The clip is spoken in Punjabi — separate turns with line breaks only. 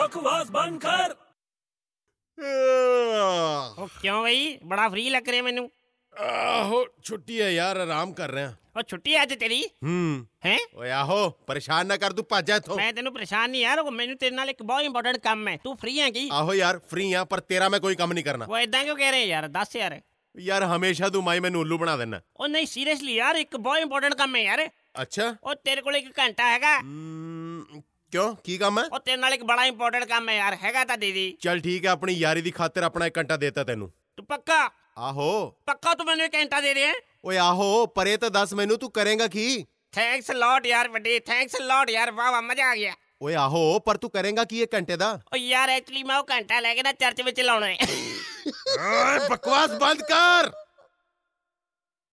बकवास बंद कर
ਆਹ,
ਉਹ ਕਿਉਂ ਬਈ ਬੜਾ ਫ੍ਰੀ ਲੱਗ ਰਿਹਾ ਮੈਨੂੰ
ਆਹੋ ਛੁੱਟੀ ਹੈ ਯਾਰ ਆਰਾਮ ਕਰ ਰਿਹਾ
ਉਹ ਛੁੱਟੀ ਆ ਅੱਜ ਤੇਰੀ
ਹੂੰ
ਹੈ
ਓਏ ਆਹੋ ਪਰੇਸ਼ਾਨ ਨਾ ਕਰ ਤੂੰ ਭੱਜ ਜਾ ਇੱਥੋਂ
ਮੈਂ ਤੈਨੂੰ ਪਰੇਸ਼ਾਨ ਨਹੀਂ ਯਾਰ ਉਹ ਮੈਨੂੰ ਤੇਰੇ ਨਾਲ ਇੱਕ ਬਹੁਤ ਇੰਪੋਰਟੈਂਟ ਕੰਮ ਹੈ ਤੂੰ ਫ੍ਰੀ ਹੈ ਕੀ
ਆਹੋ ਯਾਰ ਫ੍ਰੀ ਆ ਪਰ ਤੇਰਾ ਮੈਂ ਕੋਈ ਕੰਮ ਨਹੀਂ ਕਰਨਾ
ਉਹ ਇਦਾਂ ਕਿਉਂ ਕਹਿ ਰਹੇ ਯਾਰ ਦੱਸ ਯਾਰ
ਯਾਰ ਹਮੇਸ਼ਾ ਤੂੰ ਮਾਈ ਮੈਨੂੰ ਉੱਲੂ ਬਣਾ ਦੇਣਾ
ਉਹ ਨਹੀਂ ਸੀਰੀਅਸਲੀ ਯਾਰ ਇੱਕ ਬਹੁਤ ਇੰਪੋਰਟੈਂਟ ਕੰਮ ਹੈ ਯਾਰ
ਅੱਛਾ
ਉਹ ਤੇਰੇ ਕੋਲ ਇੱਕ ਘੰਟਾ ਹੈਗਾ
ਹਮ, ਕਿਉਂ ਕੀ ਕੰਮ ਹੈ
ਉਹ ਤੇਰੇ ਨਾਲ ਇੱਕ ਬੜਾ ਇੰਪੋਰਟੈਂਟ ਕੰਮ ਹੈ ਯਾਰ ਹੈਗਾ ਤਾਂ ਦੀਦੀ
ਚੱਲ ਠੀਕ ਹੈ ਆਪਣੀ ਯਾਰੀ ਦੀ ਖਾਤਰ ਆਪਣਾ ਇੱਕ ਘੰਟਾ ਦੇਤਾ ਤੈਨੂੰ
ਤੂੰ ਪੱਕਾ
ਆਹੋ
ਪੱਕਾ ਤੂੰ ਮੈਨੂੰ ਇੱਕ ਘੰਟਾ ਦੇ ਰਿਹਾ
ਓਏ ਆਹੋ ਪਰੇ ਤਾਂ ਦੱਸ ਮੈਨੂੰ ਤੂੰ ਕਰੇਗਾ ਕੀ
ਥੈਂਕਸ ਲੋਟ ਯਾਰ ਵੱਡੇ ਥੈਂਕਸ ਲੋਟ ਯਾਰ ਵਾਹ ਵਾਹ ਮਜ਼ਾ ਆ ਗਿਆ
ਓਏ ਆਹੋ ਪਰ ਤੂੰ ਕਰੇਗਾ ਕੀ ਇਹ ਘੰਟੇ ਦਾ
ਉਹ ਯਾਰ ਐਕਚੁਅਲੀ ਮੈਂ ਉਹ ਘੰਟਾ ਲੈ ਕੇ ਨਾ ਚਰਚ ਵਿੱਚ ਲਾਉਣਾ ਹੈ
ਓਏ ਬਕਵਾਸ ਬੰਦ ਕਰ